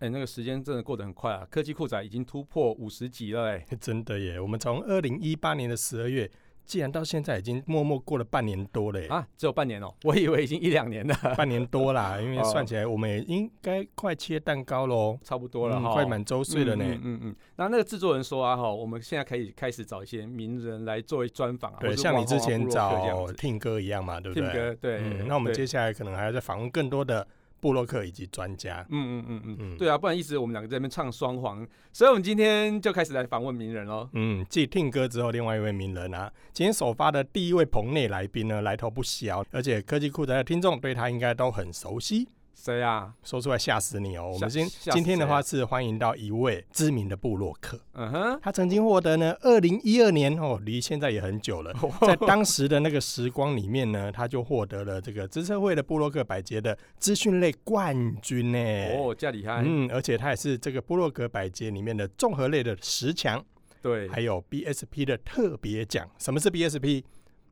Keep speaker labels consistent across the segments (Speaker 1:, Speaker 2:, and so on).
Speaker 1: 哎、那个时间真的过得很快啊！科技酷仔已经突破五十集了、哎，
Speaker 2: 真的耶！我们从二零一八年的十二月，既然到现在已经默默过了半年多了耶，
Speaker 1: 啊，只有半年哦、我以为已经一两年了，
Speaker 2: 半年多啦，因为
Speaker 1: 哦
Speaker 2: 算起来我们也应该快切蛋糕喽，
Speaker 1: 差不多了哈、
Speaker 2: 嗯快满周岁了呢。
Speaker 1: 嗯嗯嗯，那、那个制作人说啊，哈，我们现在可以开始找一些名人来作为专访啊，或
Speaker 2: 对，
Speaker 1: 者
Speaker 2: 像你之前
Speaker 1: 这样
Speaker 2: 找
Speaker 1: 子。
Speaker 2: 听歌一样嘛，对不对？
Speaker 1: Tim 哥，对，
Speaker 2: 嗯，那我们
Speaker 1: 对
Speaker 2: 接下来可能还要再访问更多的布洛克以及专家。
Speaker 1: 嗯嗯嗯嗯，
Speaker 2: 嗯
Speaker 1: 对啊，不然一直我们两个在那边唱双簧，所以我们今天就开始来访问名人喽。
Speaker 2: 嗯，继听歌之后，另外一位名人啊，今天首发的第一位棚内来宾呢，来头不小，而且科技酷宅的听众对他应该都很熟悉。
Speaker 1: 谁啊？
Speaker 2: 说出来吓死你哦！我
Speaker 1: 吓
Speaker 2: 们今
Speaker 1: 吓死
Speaker 2: 今天的
Speaker 1: 谁啊
Speaker 2: 话是欢迎到一位知名的布洛克，
Speaker 1: 嗯哼，
Speaker 2: 他曾经获得呢，二零一二年哦，离现在也很 久了，在当时的那个时光里面呢，他就获得了这个资策会的布洛克百杰的资讯类冠军呢。
Speaker 1: 哦，这样厉害，
Speaker 2: 嗯，而且他也是这个布洛克百杰里面的综合类的十强，
Speaker 1: 对，
Speaker 2: 还有 BSP 的特别奖。什么是 BSP？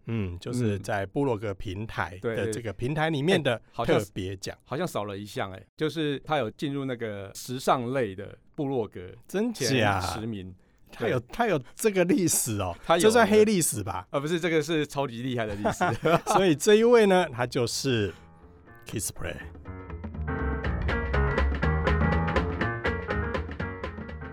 Speaker 2: 嗯，就是
Speaker 1: 嗯
Speaker 2: 在布洛克平台
Speaker 1: 对哎
Speaker 2: 的这个平台里面的
Speaker 1: 好像
Speaker 2: 特
Speaker 1: 是
Speaker 2: 别奖，
Speaker 1: 好像少了一项哎、就是他有进入那个时尚类的部落格
Speaker 2: 真
Speaker 1: 前
Speaker 2: 假？
Speaker 1: 十名，
Speaker 2: 他有他有这个历史哦，
Speaker 1: 他有
Speaker 2: 这算
Speaker 1: 的
Speaker 2: 黑历史吧？
Speaker 1: 啊，不是这个是超级厉害的历 史，
Speaker 2: 所以这一位呢，他就是 Kiss Play。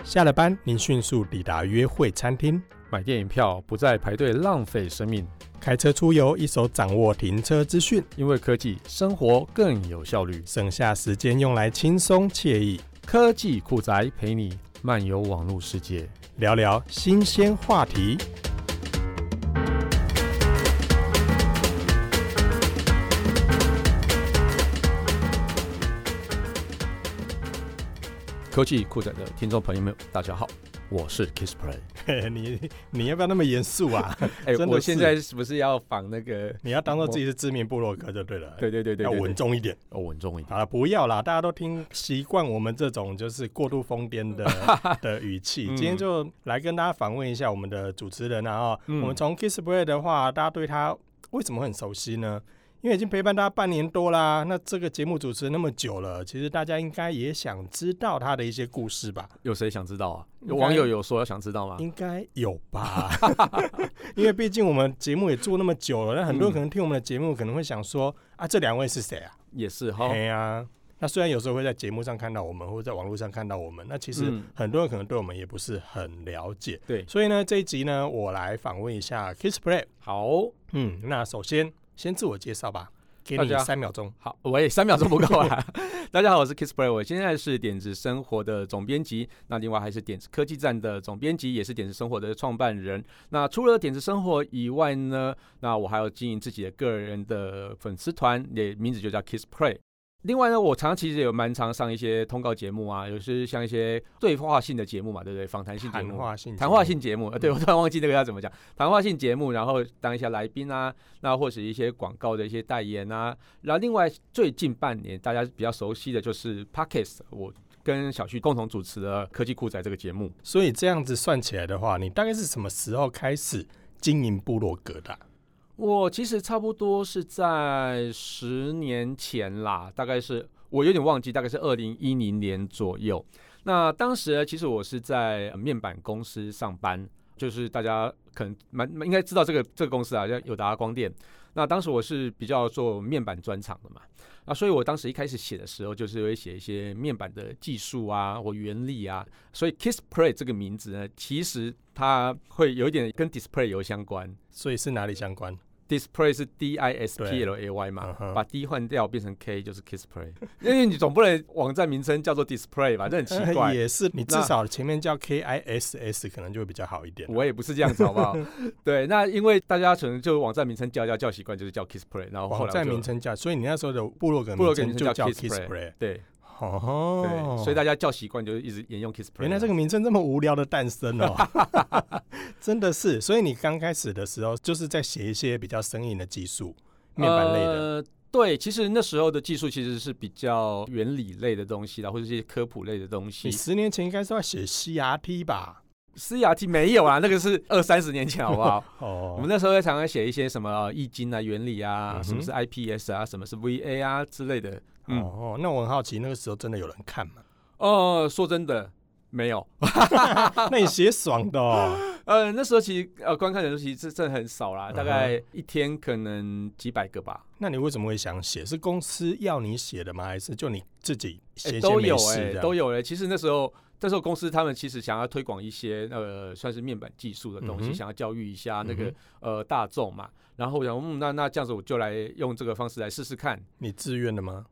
Speaker 2: 下了班，您迅速抵达约会餐厅，
Speaker 1: 买电影票不再排队浪费生命，
Speaker 2: 开车出游，一手掌握停车资讯，
Speaker 1: 因为科技生活更有效率。
Speaker 2: 省下时间用来轻松惬意，
Speaker 1: 科技酷宅陪你漫游网络世界。
Speaker 2: 聊聊新鲜话题。
Speaker 1: 科技酷宅的听众朋友们，大家好，我是 Kiss Play。
Speaker 2: 嘿嘿你你要不要那么严肃啊？
Speaker 1: 哎、
Speaker 2: 真的
Speaker 1: 我
Speaker 2: 是
Speaker 1: 现在是不是要仿那个？
Speaker 2: 你要当做自己是知名部落格就对了，
Speaker 1: 对对对对
Speaker 2: 要
Speaker 1: 对
Speaker 2: 稳重一点。
Speaker 1: 哦，稳重一点。
Speaker 2: 好了，不要啦，大家都听习惯我们这种就是过度疯 癫的的语气。
Speaker 1: 嗯
Speaker 2: 今天就来跟大家访问一下我们的主持人啊、哦
Speaker 1: 嗯
Speaker 2: 我们从 Kiss Play 的话，大家对他为什么很熟悉呢？因为已经陪伴大家半年多啦，那这个节目主持那么久了，其实大家应该也想知道他的一些故事吧？
Speaker 1: 有谁想知道啊？有
Speaker 2: 应该
Speaker 1: 网友有说想知道吗？
Speaker 2: 应该有 吧？ 因为毕竟我们节目也做那么久了，那很多
Speaker 1: 嗯
Speaker 2: 人可能听我们的节目可能会想说、啊，这两位是谁啊？
Speaker 1: 也是哈。
Speaker 2: 哎呀，那虽然有时候会在节目上看到我们，或者在网络上看到我们，那其实
Speaker 1: 嗯
Speaker 2: 很多人可能对我们也不是很了解。
Speaker 1: 对，
Speaker 2: 所以呢，这一集呢，我来访问一下 Kiss Play。
Speaker 1: 好
Speaker 2: 嗯，那首先先自我介绍吧，给你
Speaker 1: 大家
Speaker 2: 三秒钟。
Speaker 1: 好，喂，三秒钟不够啊！ 大家好，我是 Kiss Play，我现在是点子生活的总编辑，那另外还是点子科技站的总编辑，也是点子生活的创办人。那除了点子生活以外呢，那我还有经营自己的个人的粉丝团，也名字就叫 Kiss Play。另外呢，我常常其实有蛮常上一些通告节目啊，有时像一些对话性的节目嘛，对不对？访谈性节
Speaker 2: 谈
Speaker 1: 目，
Speaker 2: 话性节目，
Speaker 1: 谈话性节目，呃，对
Speaker 2: 嗯
Speaker 1: 我突然忘记那个要怎么讲，谈话性节目，然后当一下来宾啊，那或是一些广告的一些代言啊，然后另外最近半年大家比较熟悉的就是 Pockets，我跟小旭共同主持的《科技酷仔》这个节目。
Speaker 2: 所以这样子算起来的话，你大概是什么时候开始经营部落格的啊、
Speaker 1: 我其实差不多是在十年前啦，大概是我有点忘记，大概是二零一零年左右。那当时呢其实我是在呃面板公司上班，就是大家可能蛮蛮应该知道这个这个公司啊，叫友达光电。那当时我是比较做面板专场的嘛，那所以我当时一开始写的时候，就是会写一些面板的技术啊或原理啊。所以 Kiss Play 这个名字呢，其实它会有一点跟 display 有相关。
Speaker 2: 所以是哪里相关？
Speaker 1: display 是 D I S P
Speaker 2: 对
Speaker 1: L A Y 嘛
Speaker 2: 嗯，哼
Speaker 1: 把 D 换掉变成 K 就是 Kisplay，因 为你总不能网站名称叫做 Display 吧，这 很奇怪。
Speaker 2: 哎呃也是你至
Speaker 1: 那
Speaker 2: 少前面叫 K I S S 可能就会比较好一点。
Speaker 1: 我也不是这样子，好 不好？对，那因为大家可能就网站名称叫叫叫习惯，就是叫 Kisplay，然后后
Speaker 2: 网
Speaker 1: 来
Speaker 2: 站
Speaker 1: 我就
Speaker 2: 哦名称叫，所以你那时候的部落格
Speaker 1: 部
Speaker 2: 名
Speaker 1: 落格
Speaker 2: 称
Speaker 1: 名
Speaker 2: 就
Speaker 1: 称
Speaker 2: 叫
Speaker 1: 叫
Speaker 2: Kiss
Speaker 1: Kiss
Speaker 2: Play。
Speaker 1: 对
Speaker 2: 哦
Speaker 1: 对，，所以大家叫习惯就是一直沿用 Kisplay。
Speaker 2: 原来这个名称这么无聊的诞生 哦，真的是。所以你刚开始的时候就是在写一些比较生硬的技术，面板类的。
Speaker 1: 呃对，其实那时候的技术其实是比较原理类的东西啦，或者是一些科普类的东西
Speaker 2: 你。十年前应该是要写 CRT 吧？
Speaker 1: CRT 没有啊，那个是二三十年前，好不好？
Speaker 2: 哦，
Speaker 1: 我们那时候会常常写一些什么呃易经啊、原理啊，
Speaker 2: 嗯哼
Speaker 1: 什么是 IPS 啊，什么是 VA 啊之类的。嗯，
Speaker 2: 哦，那我很好奇，那个时候真的有人看吗？
Speaker 1: 呃，说真的，没有。
Speaker 2: 那你写爽的哦，
Speaker 1: 呃，那时候其实呃，观看人数其实真真的很少
Speaker 2: 嗯
Speaker 1: 啦，大概一天可能几百个吧。
Speaker 2: 那你为什么会想写？是公司要你写的吗？还是就你自己
Speaker 1: 哎、
Speaker 2: 闲闲
Speaker 1: 都
Speaker 2: 没
Speaker 1: 有
Speaker 2: 事
Speaker 1: 哎、
Speaker 2: 这样
Speaker 1: 都有哎、其实那时候，那时候公司他们其实想要推广一些呃，算是面板技术的东西，
Speaker 2: 嗯哼
Speaker 1: 想要教育一下那个、
Speaker 2: 嗯
Speaker 1: 呃大众嘛。然后我想，嗯，那那这样子我就来用这个方式来试试看。
Speaker 2: 你自愿的吗？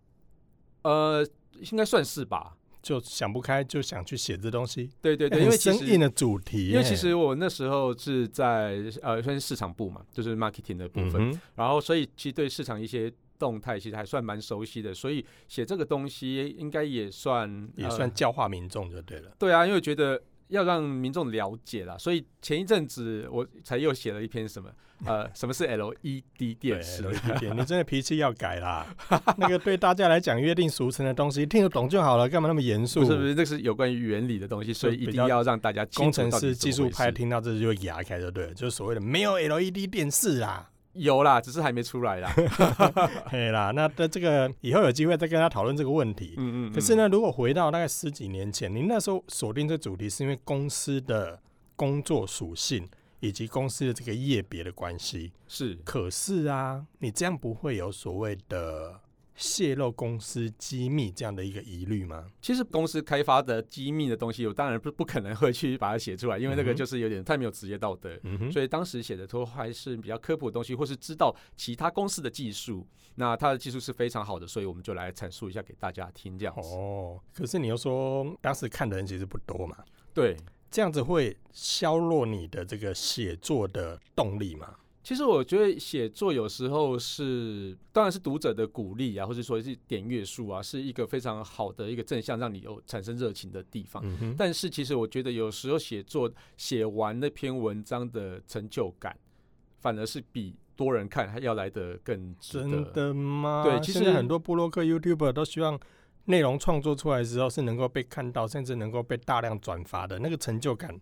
Speaker 1: 呃，应该算是吧。
Speaker 2: 就想不开，就想去写这东西。
Speaker 1: 对对对，
Speaker 2: 哎
Speaker 1: 因为
Speaker 2: 很
Speaker 1: 其
Speaker 2: 生硬
Speaker 1: 实。
Speaker 2: 的主题耶，
Speaker 1: 因为其实我那时候是在呃算是市场部嘛，就是 marketing 的部
Speaker 2: 嗯
Speaker 1: 分，
Speaker 2: 哼，
Speaker 1: 然后所以其实对市场一些动态其实还算蛮熟悉的，所以写这个东西应该也算
Speaker 2: 也
Speaker 1: 呃
Speaker 2: 算教化民众就对了。
Speaker 1: 对啊，因为觉得要让民众了解啦，所以前一阵子我才又写了一篇什么呃，什么是 LED 电视
Speaker 2: 对，E 有一点，你真的脾气要改啦。 那个对大家来讲约定俗成的东西，听得懂就好了，干嘛那么严肃？
Speaker 1: 不是不是，那是有关于原理的东西，所以一
Speaker 2: 比
Speaker 1: 定
Speaker 2: 较
Speaker 1: 要让大家清
Speaker 2: 工
Speaker 1: 楚
Speaker 2: 程
Speaker 1: 到底
Speaker 2: 师、
Speaker 1: 是怎
Speaker 2: 技
Speaker 1: 么
Speaker 2: 术
Speaker 1: 回
Speaker 2: 派
Speaker 1: 事
Speaker 2: 听到这就牙开就对了，就是所谓的没有 LED 电视啦。
Speaker 1: 有啦，只是还没出来啦。
Speaker 2: 嘿啦，那的这个以后有机会再跟他讨论这个问题。
Speaker 1: 嗯嗯。
Speaker 2: 可是
Speaker 1: 嗯，
Speaker 2: 呢，如果回到大概十几年前，您那时候锁定这主题是因为公司的工作属性以及公司的这个业别的关系。
Speaker 1: 是
Speaker 2: 可是啊，你这样不会有所谓的泄露公司机密这样的一个疑虑吗？
Speaker 1: 其实公司开发的机密的东西，我当然不 不可能会去把它写出来，因为那
Speaker 2: 嗯
Speaker 1: 个
Speaker 2: 哼
Speaker 1: 就是有点太没有职业道德。
Speaker 2: 嗯哼，
Speaker 1: 所以当时写的都还是比较科普的东西，或是知道其他公司的技术，那它的技术是非常好的，所以我们就来阐述一下给大家听这样子。
Speaker 2: 哦，可是你又说当时看的人其实不多嘛，
Speaker 1: 对，
Speaker 2: 这样子会削弱你的这个写作的动力嘛？
Speaker 1: 其实我觉得写作有时候是，当然是读者的鼓励啊，或者说是点阅数啊，是一个非常好的一个正向，让你有产生热情的地方。
Speaker 2: 嗯哼，
Speaker 1: 但是其实我觉得有时候写作写完那篇文章的成就感，反而是比多人看还要来的更值得。
Speaker 2: 真的吗？
Speaker 1: 对其
Speaker 2: 现在
Speaker 1: 实
Speaker 2: 很多部落客、YouTuber 都希望内容创作出来之后是能够被看到，甚至能够被大量转发的那个成就感，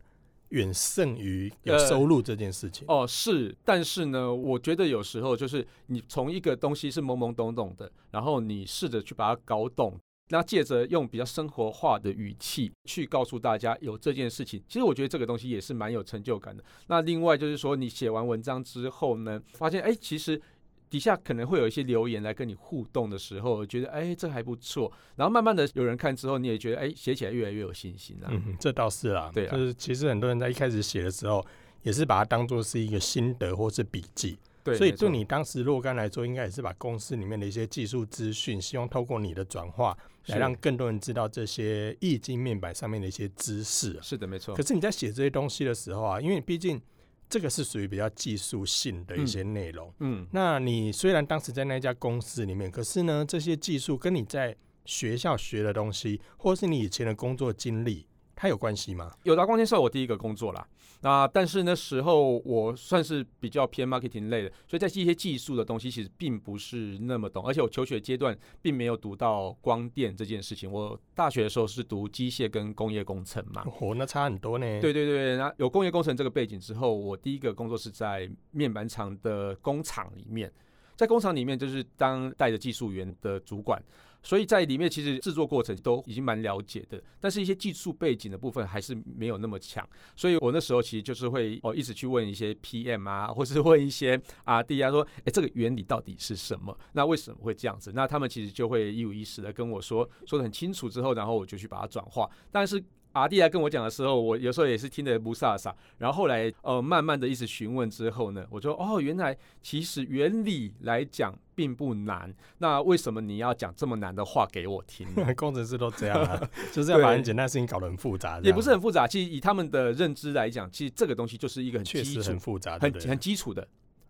Speaker 2: 远胜于有
Speaker 1: 呃
Speaker 2: 收入这件事情。
Speaker 1: 哦，是，但是呢，我觉得有时候就是你从一个东西是懵懵懂懂的，然后你试着去把它搞懂，那借着用比较生活化的语气去告诉大家有这件事情，其实我觉得这个东西也是蛮有成就感的。那另外就是说，你写完文章之后呢，发现哎，其实。底下可能会有一些留言来跟你互动的时候，觉得哎这还不错，然后慢慢的有人看之后，你也觉得哎写起来越来越有信心啦、
Speaker 2: 嗯，这倒是啦，
Speaker 1: 对啊
Speaker 2: 就是其实很多人在一开始写的时候，也是把它当做是一个心得或是笔记，
Speaker 1: 对，
Speaker 2: 所以
Speaker 1: 没错
Speaker 2: 对你当时若干来说，应该也是把公司里面的一些技术资讯，希望透过你的转化，来
Speaker 1: 是
Speaker 2: 让更多人知道这些易经面板上面的一些知识啊、
Speaker 1: 是的没错
Speaker 2: 可，是你在写这些东西的时候啊，因为毕竟这个是属于比较技术性的一些内容。
Speaker 1: 嗯，
Speaker 2: 那你虽然当时在那家公司里面，可是呢，这些技术跟你在学校学的东西，或是你以前的工作经历，它有关系吗？
Speaker 1: 友达光电是我第一个工作啦。那但是那时候我算是比较偏 marketing 类的，所以在一些技术的东西其实并不是那么懂，而且我求学阶段并没有读到光电这件事情。我大学的时候是读机械跟工业工程嘛。
Speaker 2: 哦，那差很多呢。
Speaker 1: 对对对，那有工业工程这个背景之后，我第一个工作是在面板厂的工厂里面，在工厂里面就是当带着技术员的主管，所以在里面其实制作过程都已经蛮了解的，但是一些技术背景的部分还是没有那么强，所以我那时候其实就是会哦一直去问一些 PM 啊，或是问一些 RD 啊，说哎这个原理到底是什么？那为什么会这样子？那他们其实就会一五一十的跟我说说的很清楚之后，然后我就去把它转化，但是阿弟来跟我讲的时候，我有时候也是听得不飒飒，然后后来呃慢慢的一直询问之后呢，我就哦原来其实原理来讲并不难，那为什么你要讲这么难的话给我听呢？
Speaker 2: 工程师都这样啊，就是要把
Speaker 1: 对
Speaker 2: 很简单的事情搞得很复杂，
Speaker 1: 也不是很复杂，其实以他们的认知来讲，其实这个东西就是一个很
Speaker 2: 确
Speaker 1: 基
Speaker 2: 实很
Speaker 1: 础、
Speaker 2: 复杂，对
Speaker 1: 很
Speaker 2: 不对
Speaker 1: 很基础的、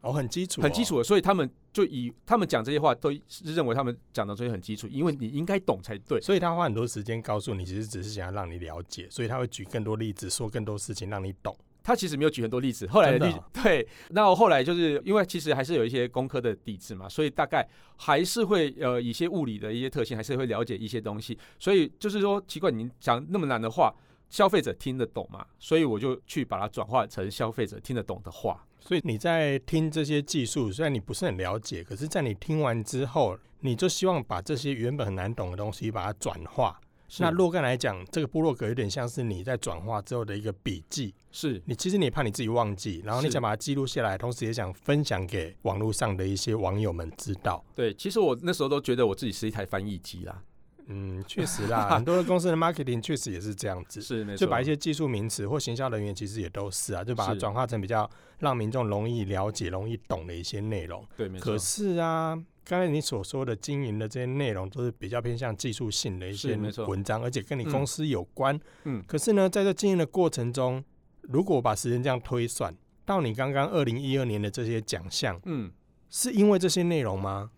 Speaker 2: 哦很基础，
Speaker 1: 很基。础的，所以他们就以他们讲这些话都是认为他们讲的东西很基础，因为你应该懂才对。
Speaker 2: 所以他花很多时间告诉你，其实只是想要让你了解，所以他会举更多例子，说更多事情让你懂。
Speaker 1: 他其实没有举很多例子，后来的
Speaker 2: 真
Speaker 1: 例
Speaker 2: 的
Speaker 1: 子、对，那我后来就是因为其实还是有一些工科的底子嘛，所以大概还是会呃一些物理的一些特性，还是会了解一些东西，所以就是说奇怪，你讲那么难的话，消费者听得懂嘛？所以我就去把它转化成消费者听得懂的话。
Speaker 2: 所以你在听这些技术，虽然你不是很了解，可是，在你听完之后，你就希望把这些原本很难懂的东西把它转化，
Speaker 1: 是
Speaker 2: 那若干来讲，这个部落格有点像是你在转化之后的一个笔记。
Speaker 1: 是
Speaker 2: 你其实你也怕你自己忘记，然后你
Speaker 1: 是
Speaker 2: 想把它记录下来，同时也想分享给网络上的一些网友们知 道。
Speaker 1: 对，其实我那时候都觉得我自己是一台翻译机啦，
Speaker 2: 嗯，确实 啦，很多的公司的 marketing 确实也是这样子，
Speaker 1: 是没错，
Speaker 2: 就把一些技术名词或行销人员其实也都是啊，就把它
Speaker 1: 是
Speaker 2: 转化成比较让民众容易了解、容易懂的一些内容。
Speaker 1: 对没错
Speaker 2: 可，是啊，刚才你所说的经营的这些内容都是比较偏向技术性的一
Speaker 1: 是
Speaker 2: 些
Speaker 1: 没错
Speaker 2: 文章，而且跟你
Speaker 1: 嗯
Speaker 2: 公司有关。
Speaker 1: 嗯
Speaker 2: 可是呢，在这经营的过程中，如果我把时间这样推算，到你刚刚二零一二年的这些奖项，
Speaker 1: 嗯。
Speaker 2: 是因为这些内容吗？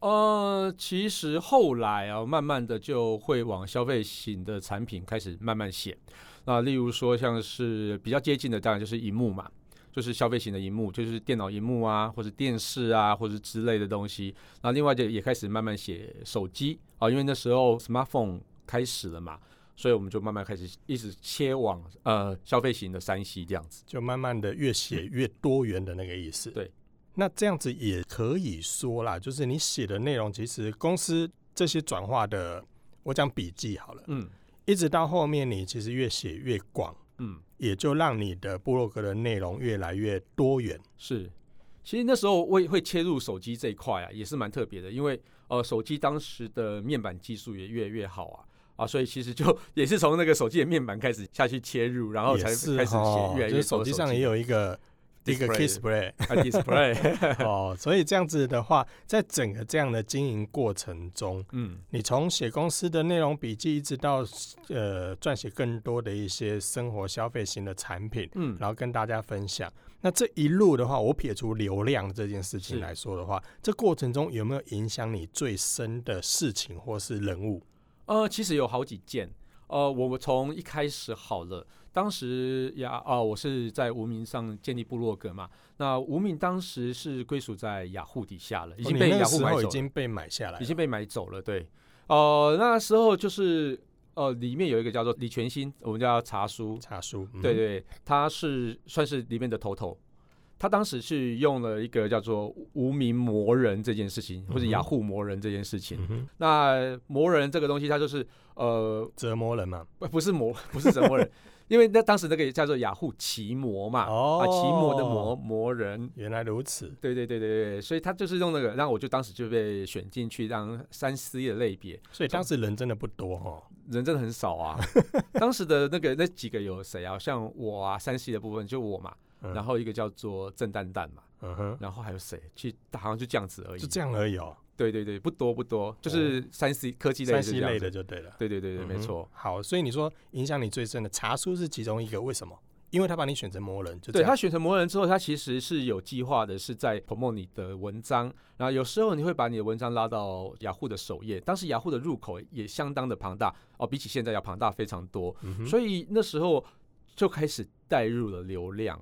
Speaker 1: 呃，其实后来啊，慢慢的就会往消费型的产品开始慢慢写。那例如说，像是比较接近的，当然就是荧幕嘛，就是消费型的荧幕，就是电脑荧幕啊，或者电视啊，或者之类的东西。那另外就也开始慢慢写手机啊，因为那时候 smartphone 开始了嘛，所以我们就慢慢开始一直切往呃消费型的三 C 这样子。
Speaker 2: 就慢慢的越写越多元的那个意思。
Speaker 1: 嗯对，
Speaker 2: 那这样子也可以说啦，就是你写的内容，其实公司这些转化的，我讲笔记好了，
Speaker 1: 嗯
Speaker 2: 一直到后面你其实越写越广，
Speaker 1: 嗯。
Speaker 2: 也就让你的部落格的内容越来越多元。
Speaker 1: 是，其实那时候我也会切入手机这一块啊，也是蛮特别的，因为呃，手机当时的面板技术也越来越好啊。啊，所以其实就 也是从那个手机的面板开始下去切入，然后
Speaker 2: 也
Speaker 1: 才开始
Speaker 2: 是
Speaker 1: 写
Speaker 2: 哦
Speaker 1: 越来
Speaker 2: 就
Speaker 1: 越
Speaker 2: 是手机上也有一个。一个 display
Speaker 1: 啊 display，
Speaker 2: 哦，所以这样子的话，在整个这样的经营过程中，
Speaker 1: 嗯，
Speaker 2: 你从写公司的内容笔记，一直到呃撰写更多的一些生活消费型的产品，
Speaker 1: 嗯，
Speaker 2: 然后跟大家分享。那这一路的话，我撇除流量这件事情
Speaker 1: 是
Speaker 2: 来说的话，这过程中有没有影响你最深的事情或是人物？
Speaker 1: 呃，其实有好几件。呃，我们从一开始好了，当时呀，啊、我是在无名上建立部落格嘛。那无名当时是归属在雅虎底下了，已经
Speaker 2: 哦
Speaker 1: 被
Speaker 2: 你那
Speaker 1: 雅
Speaker 2: 个
Speaker 1: 虎
Speaker 2: 时
Speaker 1: 买走
Speaker 2: 候
Speaker 1: 了
Speaker 2: 已。经被买下来
Speaker 1: 已
Speaker 2: 了，
Speaker 1: 经被买走了。对，呃，那时候就是呃，里面有一个叫做李全新，我们叫茶叔，
Speaker 2: 查书。嗯
Speaker 1: 对，对，他是算是里面的头头。他当时是用了一个叫做无名魔人这件事情，或者
Speaker 2: 嗯哼
Speaker 1: 雅虎魔人这件事情。
Speaker 2: 嗯哼，
Speaker 1: 那魔人这个东西，它就是呃，
Speaker 2: 折磨人嘛。
Speaker 1: 不不是魔， 不是折磨 人，因为那当时那个也叫做雅虎奇魔嘛，
Speaker 2: 哦
Speaker 1: 啊，奇魔的魔，魔人，
Speaker 2: 原来如此。
Speaker 1: 对对对对对，所以他就是用那个，让我就当时就被选进去当三 C 的类别。
Speaker 2: 所以当时人真的不多哦。
Speaker 1: 人真的很少 啊。当时的那个那几个有谁啊？像我啊，山西的部分就我嘛，
Speaker 2: 嗯
Speaker 1: 然后一个叫做郑蛋蛋嘛，
Speaker 2: 嗯哼，
Speaker 1: 然后还有谁？其实好像就这样子而已
Speaker 2: 就。这样而已哦，
Speaker 1: 对对对，不多不多，就是山西科技类
Speaker 2: 山
Speaker 1: 的这
Speaker 2: 西
Speaker 1: 样
Speaker 2: 类
Speaker 1: 子
Speaker 2: 的。就对了。
Speaker 1: 对对对对，
Speaker 2: 嗯哼
Speaker 1: 没错。。
Speaker 2: 好，所以你说影响你最深的茶书是其中一个，为什么？因为他把你选成魔人，就这
Speaker 1: 对
Speaker 2: 样
Speaker 1: 他选成魔人之后，他其实是有计划的，是在 promote 你的文章，然后有时候你会把你的文章拉到雅虎的首页，当时雅虎的入口也相当的庞大哦，比起现在要庞大非常多，
Speaker 2: 嗯哼
Speaker 1: 所以那时候就开始带入了流量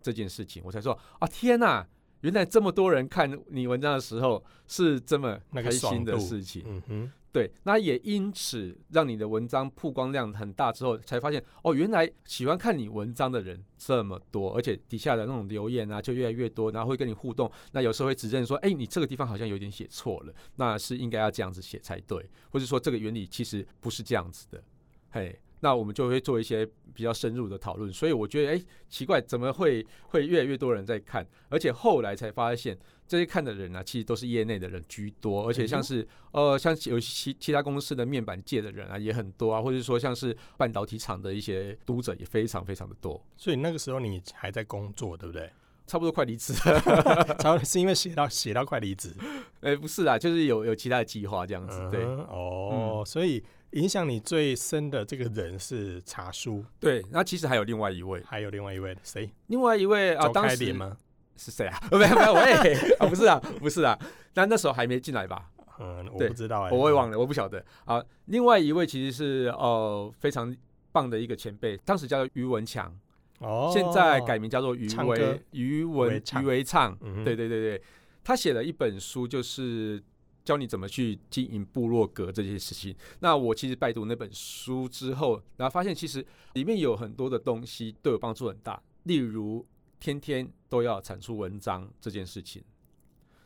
Speaker 1: 这件事情，我才说啊，天呐，原来这么多人看你文章的时候是这么
Speaker 2: 那
Speaker 1: 开
Speaker 2: 个爽
Speaker 1: 心的
Speaker 2: 度
Speaker 1: 事情。
Speaker 2: 嗯哼，
Speaker 1: 对，那也因此让你的文章曝光量很大之后，才发现哦，原来喜欢看你文章的人这么多，而且底下的那种留言啊就越来越多，然后会跟你互动。那有时候会指正说，哎，你这个地方好像有点写错了，那是应该要这样子写才对，或者说这个原理其实不是这样子的，嘿。那我们就会做一些比较深入的讨论，所以我觉得，哎，奇怪，怎么会会越来越多人在看？而且后来才发现，这些看的人啊，其实都是业内的人居多，而且像是呃，像有其其他公司的面板界的人啊，也很多啊，或者说像是半导体厂的一些读者也非常非常的多，
Speaker 2: 所以那个时候你还在工作，对不 对？
Speaker 1: 差不多快离职了。
Speaker 2: 差不多是因为写到写到快离职，
Speaker 1: 哎、不是啦，就是有有其他的计划这样子。对
Speaker 2: 嗯哦，所以影响你最深的这个人是茶叔，
Speaker 1: 对，那其实还有另外一位，
Speaker 2: 还有另外一位谁？
Speaker 1: 另外一位啊，
Speaker 2: 周
Speaker 1: 当
Speaker 2: 开
Speaker 1: 时
Speaker 2: 莲吗？
Speaker 1: 是谁啊？ 没有没有，喂、啊，不是啊，不是啊，那那时候还没进来吧？
Speaker 2: 嗯，我
Speaker 1: 对
Speaker 2: 不知道哎、
Speaker 1: 我也忘了，我不晓得啊。另外一位其实是呃非常棒的一个前辈，当时叫做于文强。
Speaker 2: 哦，
Speaker 1: 现在改名叫做余
Speaker 2: 唱歌
Speaker 1: 维余
Speaker 2: 维
Speaker 1: 文
Speaker 2: 唱
Speaker 1: 余维畅，
Speaker 2: 嗯哼
Speaker 1: 对对对对，他写了一本书，就是教你怎么去经营部落格这些事情。那我其实拜读那本书之后，然后发现其实里面有很多的东西对我帮助很大，例如天天都要产出文章这件事情，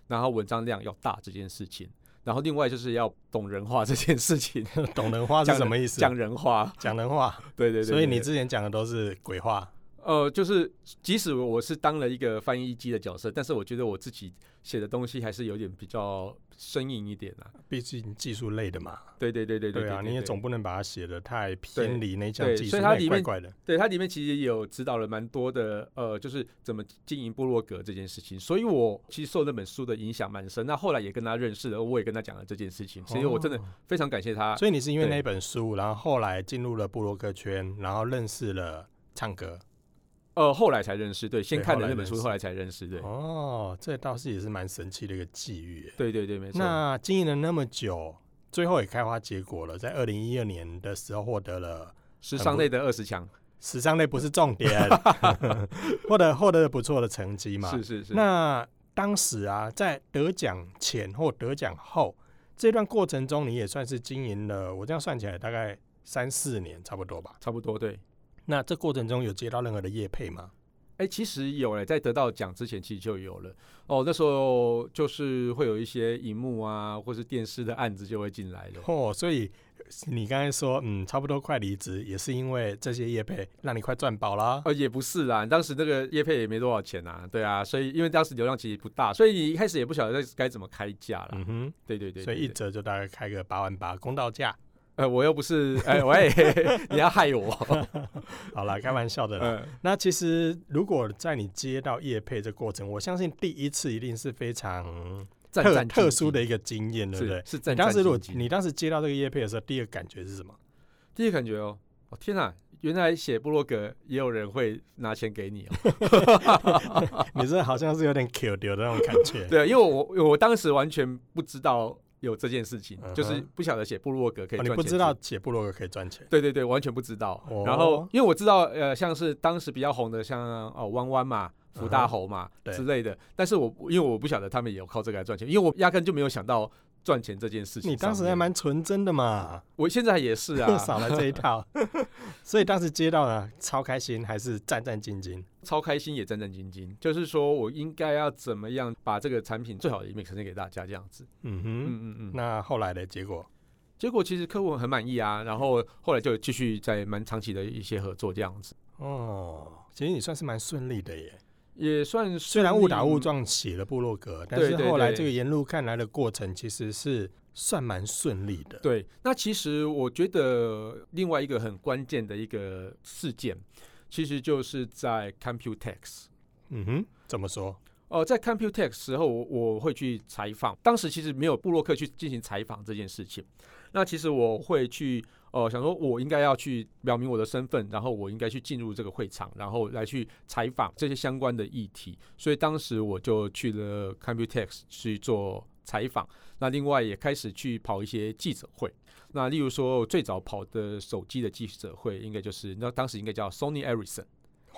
Speaker 1: 然后文章量要大这件事情。然后另外就是要懂人话这件事情，
Speaker 2: 懂人话是什么意思？
Speaker 1: 讲人话，
Speaker 2: 讲人话，
Speaker 1: 对对对
Speaker 2: 所以你
Speaker 1: 这
Speaker 2: 之前讲的都是鬼话。
Speaker 1: 呃，就是即使我是当了一个翻译机的角色，但是我觉得我自己写的东西还是有点比较生硬一点啊。
Speaker 2: 毕竟技术类的嘛，
Speaker 1: 对对对对对
Speaker 2: 对啊，你也总不能把它写的太偏离那项
Speaker 1: 对
Speaker 2: 技术，
Speaker 1: 所以它
Speaker 2: 那也
Speaker 1: 里
Speaker 2: 怪
Speaker 1: 面
Speaker 2: 怪的。
Speaker 1: 对它里面其实也有指导了蛮多的，呃，就是怎么经营部落格这件事情。所以我其实受那本书的影响蛮深。那后来也跟他认识了，我也跟他讲了这件事情，所以我真的
Speaker 2: 哦
Speaker 1: 非常感谢他。
Speaker 2: 所以你是因为
Speaker 1: 啊对
Speaker 2: 那本书，然后后来进入了布洛克圈，然后认识了唱歌。
Speaker 1: 呃，后来才认识，对，先
Speaker 2: 对
Speaker 1: 看
Speaker 2: 后
Speaker 1: 了
Speaker 2: 来
Speaker 1: 那本
Speaker 2: 认
Speaker 1: 书，
Speaker 2: 识
Speaker 1: 后来才认识，对，
Speaker 2: 哦，这倒是也是蛮神奇的一个际遇耶。
Speaker 1: 对对对，没错。
Speaker 2: 那经营了那么久，最后也开花结果了，在二零一二年的时候获得了
Speaker 1: 时尚类的二十强，
Speaker 2: 时尚类不是重 点，获得获得了不错的成绩嘛。
Speaker 1: 是是是。
Speaker 2: 那当时啊，在得奖前或得奖后这段过程中，你也算是经营了，我这样算起来大概三四年差不多吧。
Speaker 1: 差不多对。
Speaker 2: 那这过程中有接到任何的业配吗？
Speaker 1: 哎、其实有嘞，在得到奖之前其实就有了哦。那时候就是会有一些荧幕啊，或是电视的案子就会进来了。
Speaker 2: 哦，所以你刚才说，嗯，差不多快离职，也是因为这些业配让你快赚饱啦。
Speaker 1: 呃，也不是啦，当时那个叶配也没多少钱啊，对啊，所以因为当时流量其实不大，所以你一开始也不晓得该怎么开价啦。
Speaker 2: 嗯哼，
Speaker 1: 对对对
Speaker 2: 所以
Speaker 1: 对
Speaker 2: 一
Speaker 1: 对
Speaker 2: 折就大概开个八万八，公 道价。
Speaker 1: 呃，我又不是，哎、喂， 你要害我，
Speaker 2: 好啦，开玩笑的啦。
Speaker 1: 呃，
Speaker 2: 那其实如果在你接到业配这过程，我相信第一次一定是非常
Speaker 1: 战
Speaker 2: 特
Speaker 1: 战兢
Speaker 2: 特
Speaker 1: 兢
Speaker 2: 殊的一个经验，对不对
Speaker 1: 是？是
Speaker 2: 你
Speaker 1: 战战
Speaker 2: 当时
Speaker 1: 兢
Speaker 2: 如果
Speaker 1: 兢。
Speaker 2: 你当时接到这个业配的时候，第一个感觉 是什么？
Speaker 1: 第一感觉哦，哦天哪，原来写部落格也有人会拿钱给你哦。
Speaker 2: 你这好像是有点 Q 丢的那种感觉。
Speaker 1: 对，因为我我我当时完全不知道有这件事情，
Speaker 2: 嗯哼
Speaker 1: 就是不晓得写部落格可以赚
Speaker 2: 哦你
Speaker 1: 钱、
Speaker 2: 不知道。写部落格可以赚钱，
Speaker 1: 对对对，完全不知道。
Speaker 2: 哦
Speaker 1: 然后，因为我知道，呃，像是当时比较红的，像哦弯弯嘛、福大猴嘛、
Speaker 2: 嗯对
Speaker 1: 之类的，但是我因为我不晓得他们也有靠这个来赚钱，因为我压根就没有想到赚钱这件事情。
Speaker 2: 你当时还，蛮纯真的嘛，
Speaker 1: 我现在也是 啊，
Speaker 2: 少来这一套。所以当时接到了，超开心，还是战战兢兢。
Speaker 1: 超开心也战战兢兢，就是说我应该要怎么样把这个产品最好的一面呈现给大家这样子。嗯
Speaker 2: 嗯哼，
Speaker 1: 嗯嗯。
Speaker 2: 那后来的结果，
Speaker 1: 结果其实客户很满意啊，然后后来就继续在蛮长期的一些合作这样子，
Speaker 2: 哦，其实你算是蛮顺利的耶。
Speaker 1: 也算
Speaker 2: 虽然误打误
Speaker 1: 顺利
Speaker 2: 撞写了部落格，但
Speaker 1: 对
Speaker 2: 是
Speaker 1: 对
Speaker 2: 后来
Speaker 1: 对
Speaker 2: 这个沿路看来的过程，其实是算蛮顺利的。
Speaker 1: 对，那其实我觉得另外一个很关键的一个事件，其实就是在 Computex。
Speaker 2: 嗯哼，怎么说？
Speaker 1: 呃，在 Computex 时候，我我会去采访，当时其实没有布洛克去进行采访这件事情。那其实我会去，呃，想说我应该要去表明我的身份，然后我应该去进入这个会场，然后来去采访这些相关的议题。所以当时我就去了 Computex 去做采访，那另外也开始去跑一些记者会。那例如说，我最早跑的手机的记者会，应该就是那当时应该叫 Sony Ericsson，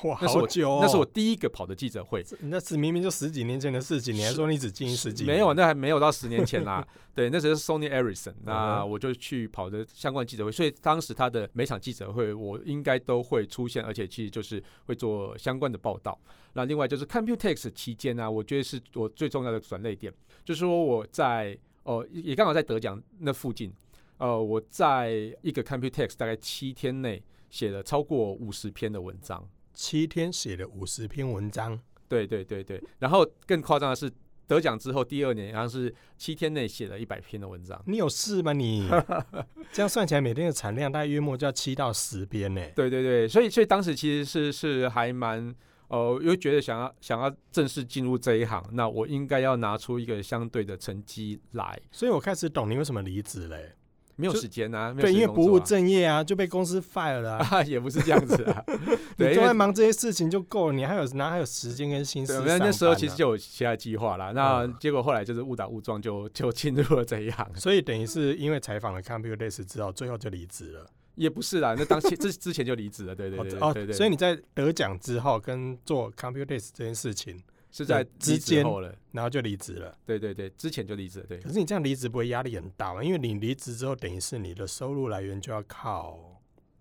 Speaker 2: 哇，
Speaker 1: 那是我
Speaker 2: 好久、哦，
Speaker 1: 那是我第一个跑的记者会。
Speaker 2: 这那是明明就十几年前的事情，你还
Speaker 1: 是
Speaker 2: 说你只经营十几年？
Speaker 1: 没有，那还没有到十年前 啦。对，那时候是 Sony Ericsson，
Speaker 2: 嗯
Speaker 1: 那
Speaker 2: 哼
Speaker 1: 我就去跑的相关记者会，所以当时他的每场记者会我应该都会出现，而且其实就是会做相关的报道。那另外就是 Computex 期间呢、啊我觉得是我最重要的转类点，就是说我在呃也也刚好在得奖那附近，呃我在一个 Computex 大概七天内写了超过五十篇的文章。
Speaker 2: 七天写了五十篇文章，
Speaker 1: 对对对对，然后更夸张的是，得奖之后第二年，然后是七天内写了一百篇的文章。
Speaker 2: 你有事 吗你？这样算起来，每天的产量大概约莫就要七到十篇呢。
Speaker 1: 对对对，所以所以当时其实是是还蛮呃，又觉得想要想要正式进入这一行，那我应该要拿出一个相对的成绩来，
Speaker 2: 所以我开始懂你为什么离职嘞。
Speaker 1: 没有
Speaker 2: 就
Speaker 1: 时间啊，没有
Speaker 2: 对，
Speaker 1: 时
Speaker 2: 因为
Speaker 1: 间
Speaker 2: 不
Speaker 1: 工作
Speaker 2: 务
Speaker 1: 啊
Speaker 2: 正业啊，就被公司 fire 了、 啊。，
Speaker 1: 啊，也不是这样子啊对，因
Speaker 2: 你都
Speaker 1: 为
Speaker 2: 在忙这些事情就够了，你还有哪还有时间跟心思
Speaker 1: 对，
Speaker 2: 上班啊、
Speaker 1: 那那时候其实就有其他计划啦。那
Speaker 2: 嗯
Speaker 1: 结果后来就是误打误撞就就进入了这一行，
Speaker 2: 所以等于是因为采访了 Computex 之后，最后就离职了。
Speaker 1: 也不是啦。那当 前之之前就离职了，对对对对
Speaker 2: 哦
Speaker 1: 对
Speaker 2: 哦，
Speaker 1: 对，
Speaker 2: 所以你在得奖之后跟做 Computex 这件事情，
Speaker 1: 是在
Speaker 2: 之
Speaker 1: 离职
Speaker 2: 间
Speaker 1: 后了。
Speaker 2: 然后就离职了。
Speaker 1: 对对对，之前就离职了，对
Speaker 2: 可是你这样离职不会压力很大吗？因为你离职之后，等于是你的收入来源就要靠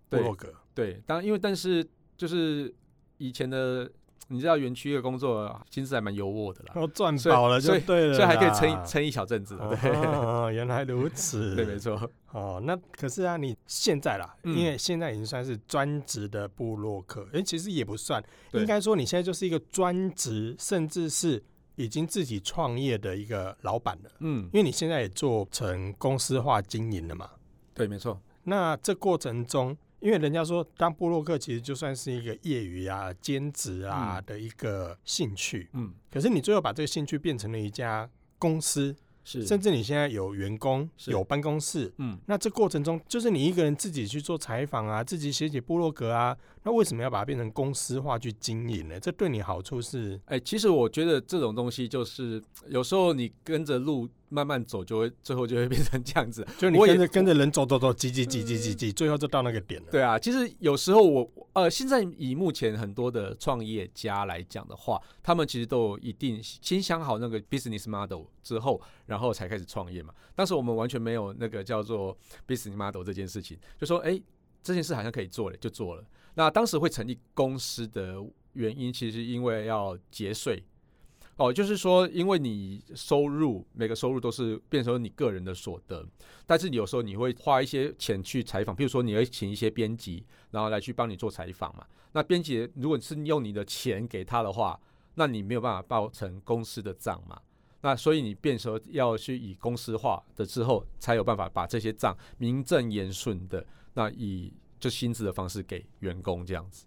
Speaker 2: 部
Speaker 1: 对
Speaker 2: 落格。
Speaker 1: 对，当因为但是就是以前的你知道园区的工作薪资还蛮优渥的啦，
Speaker 2: 要赚
Speaker 1: 所以
Speaker 2: 饱了就
Speaker 1: 所以
Speaker 2: 对了啦，
Speaker 1: 所以还可以撑一撑一小阵子。
Speaker 2: 哦。
Speaker 1: 对、
Speaker 2: 哦原来如 此。
Speaker 1: 对，没错。
Speaker 2: 哦，那可是啊，你现在啦，
Speaker 1: 嗯
Speaker 2: 因为现在已经算是专职的部落客，哎、其实也不算，
Speaker 1: 对
Speaker 2: 应该说你现在就是一个专职，甚至是已经自己创业的一个老板了，
Speaker 1: 嗯，
Speaker 2: 因为你现在也做成公司化经营了嘛。
Speaker 1: 对，没错。
Speaker 2: 那这过程中，因为人家说当部落客其实就算是一个业余啊、兼职啊、
Speaker 1: 嗯
Speaker 2: 的一个兴趣，
Speaker 1: 嗯，
Speaker 2: 可是你最后把这个兴趣变成了一家公司，
Speaker 1: 是
Speaker 2: 甚至你现在有员工、
Speaker 1: 是
Speaker 2: 有办公室，
Speaker 1: 嗯，
Speaker 2: 那这过程中，就是你一个人自己去做采访啊，自己写写部落格啊，那为什么要把它变成公司化去经营呢？这对你好处是，
Speaker 1: 哎、其实我觉得这种东西就是有时候你跟着路慢慢走，就会最后就会变成这样子。
Speaker 2: 就你
Speaker 1: 我也
Speaker 2: 跟着跟着人走走走，挤挤挤挤挤挤，最后就到那个点了。
Speaker 1: 对啊，其实有时候我呃，现在以目前很多的创业家来讲的话，他们其实都有一定先想好那个 business model 之后，然后才开始创业嘛。当时我们完全没有那个叫做 business model 这件事情，就说哎、诶这件事好像可以做了，就做了。那当时会成立公司的原因，其实因为要节税。哦，就是说，因为你收入每个收入都是变成你个人的所得，但是你有时候你会花一些钱去采访，譬如说你会请一些编辑，然后来去帮你做采访嘛。那编辑如果是用你的钱给他的话，那你没有办法报成公司的账嘛。那所以你变成要去以公司化的之后，才有办法把这些账名正言顺的那以就薪资的方式给员工这样 子。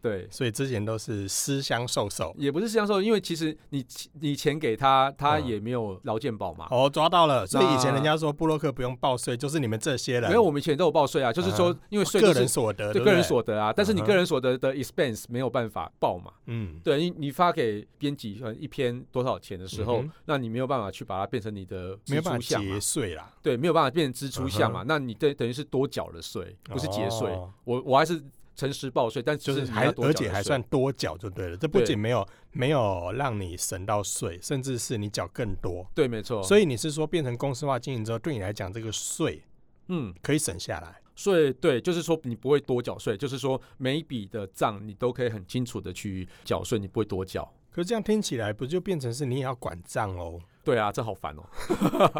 Speaker 1: 对，
Speaker 2: 所以之前都是私相授受。
Speaker 1: 也不是这样说，因为其实你你钱给他，他
Speaker 2: 嗯
Speaker 1: 也没有劳健保嘛。
Speaker 2: 哦，抓到了。所以
Speaker 1: 那
Speaker 2: 以前人家说布洛克不用报税，就是你们这些人，
Speaker 1: 因为我们以前都有报税啊，就是说，因为税
Speaker 2: 个
Speaker 1: 都
Speaker 2: 人
Speaker 1: 是
Speaker 2: 所得，
Speaker 1: 对
Speaker 2: 不
Speaker 1: 个人，所得啊，但是你
Speaker 2: 嗯哼
Speaker 1: 个人所得的 expense 没有办法报嘛。
Speaker 2: 嗯，
Speaker 1: 对，你你发给编辑可能一篇多少钱的时候，
Speaker 2: 嗯哼
Speaker 1: 那你没有办法去把它变成你的支
Speaker 2: 没有办
Speaker 1: 出
Speaker 2: 法
Speaker 1: 项嘛
Speaker 2: 节。税啦，
Speaker 1: 对，没有办法变成支出项嘛。
Speaker 2: 嗯
Speaker 1: 那你对等于是多缴了税，不是节税。
Speaker 2: 哦
Speaker 1: 我我还是诚实报税，但
Speaker 2: 就
Speaker 1: 只你
Speaker 2: 是还
Speaker 1: 要多
Speaker 2: 而
Speaker 1: 缴
Speaker 2: 且
Speaker 1: 了
Speaker 2: 还
Speaker 1: 税
Speaker 2: 算多缴就对了。这不
Speaker 1: 对
Speaker 2: 仅没有没有让你省到税，甚至是你缴更多。
Speaker 1: 对，没错。
Speaker 2: 所
Speaker 1: 以
Speaker 2: 以你是说变成公司化经营之后，对你来讲这个税
Speaker 1: 嗯，
Speaker 2: 可以省下来？
Speaker 1: 税对，就是说你不会多缴税，就是说每一笔的账你都可以很清楚的去缴税，你不会多缴。
Speaker 2: 可是这样听起来不就变成是你也要管 账哦？
Speaker 1: 对啊，这好烦哦。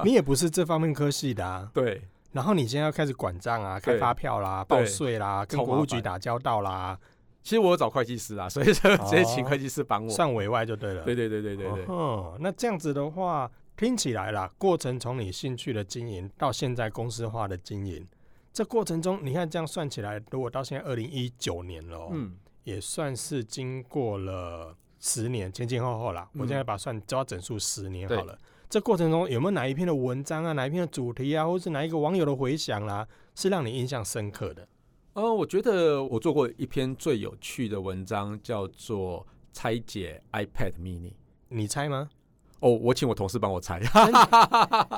Speaker 2: 你也不是这方面科系的啊，
Speaker 1: 对，
Speaker 2: 然后你现在要开始管账啊，开
Speaker 1: 对
Speaker 2: 发票啦，
Speaker 1: 对
Speaker 2: 报税啦，跟
Speaker 1: 超麻
Speaker 2: 国务局
Speaker 1: 烦
Speaker 2: 打交道啦，
Speaker 1: 其实我有找会计师啦，所以就直接请
Speaker 2: 哦
Speaker 1: 会计师帮我。
Speaker 2: 算委外就对了。
Speaker 1: 对对对对对对，
Speaker 2: 哦，那这样子的话，听起来啦，过程从你兴趣的经营到现在公司化的经营，这过程中你看这样算起来，如果到现在二零一九年了、哦，
Speaker 1: 嗯，
Speaker 2: 也算是经过了十年前前后后啦。
Speaker 1: 嗯
Speaker 2: 我现在把算抓整数十年
Speaker 1: 对
Speaker 2: 好了。这过程中有没有哪一篇的文章啊，哪一篇的主题啊，或是哪一个网友的回响啦、是让你印象深刻的？
Speaker 1: 呃，我觉得我做过一篇最有趣的文章，叫做“拆解 iPad mini”。
Speaker 2: 你 猜吗？
Speaker 1: 哦，我请我同事帮我拆。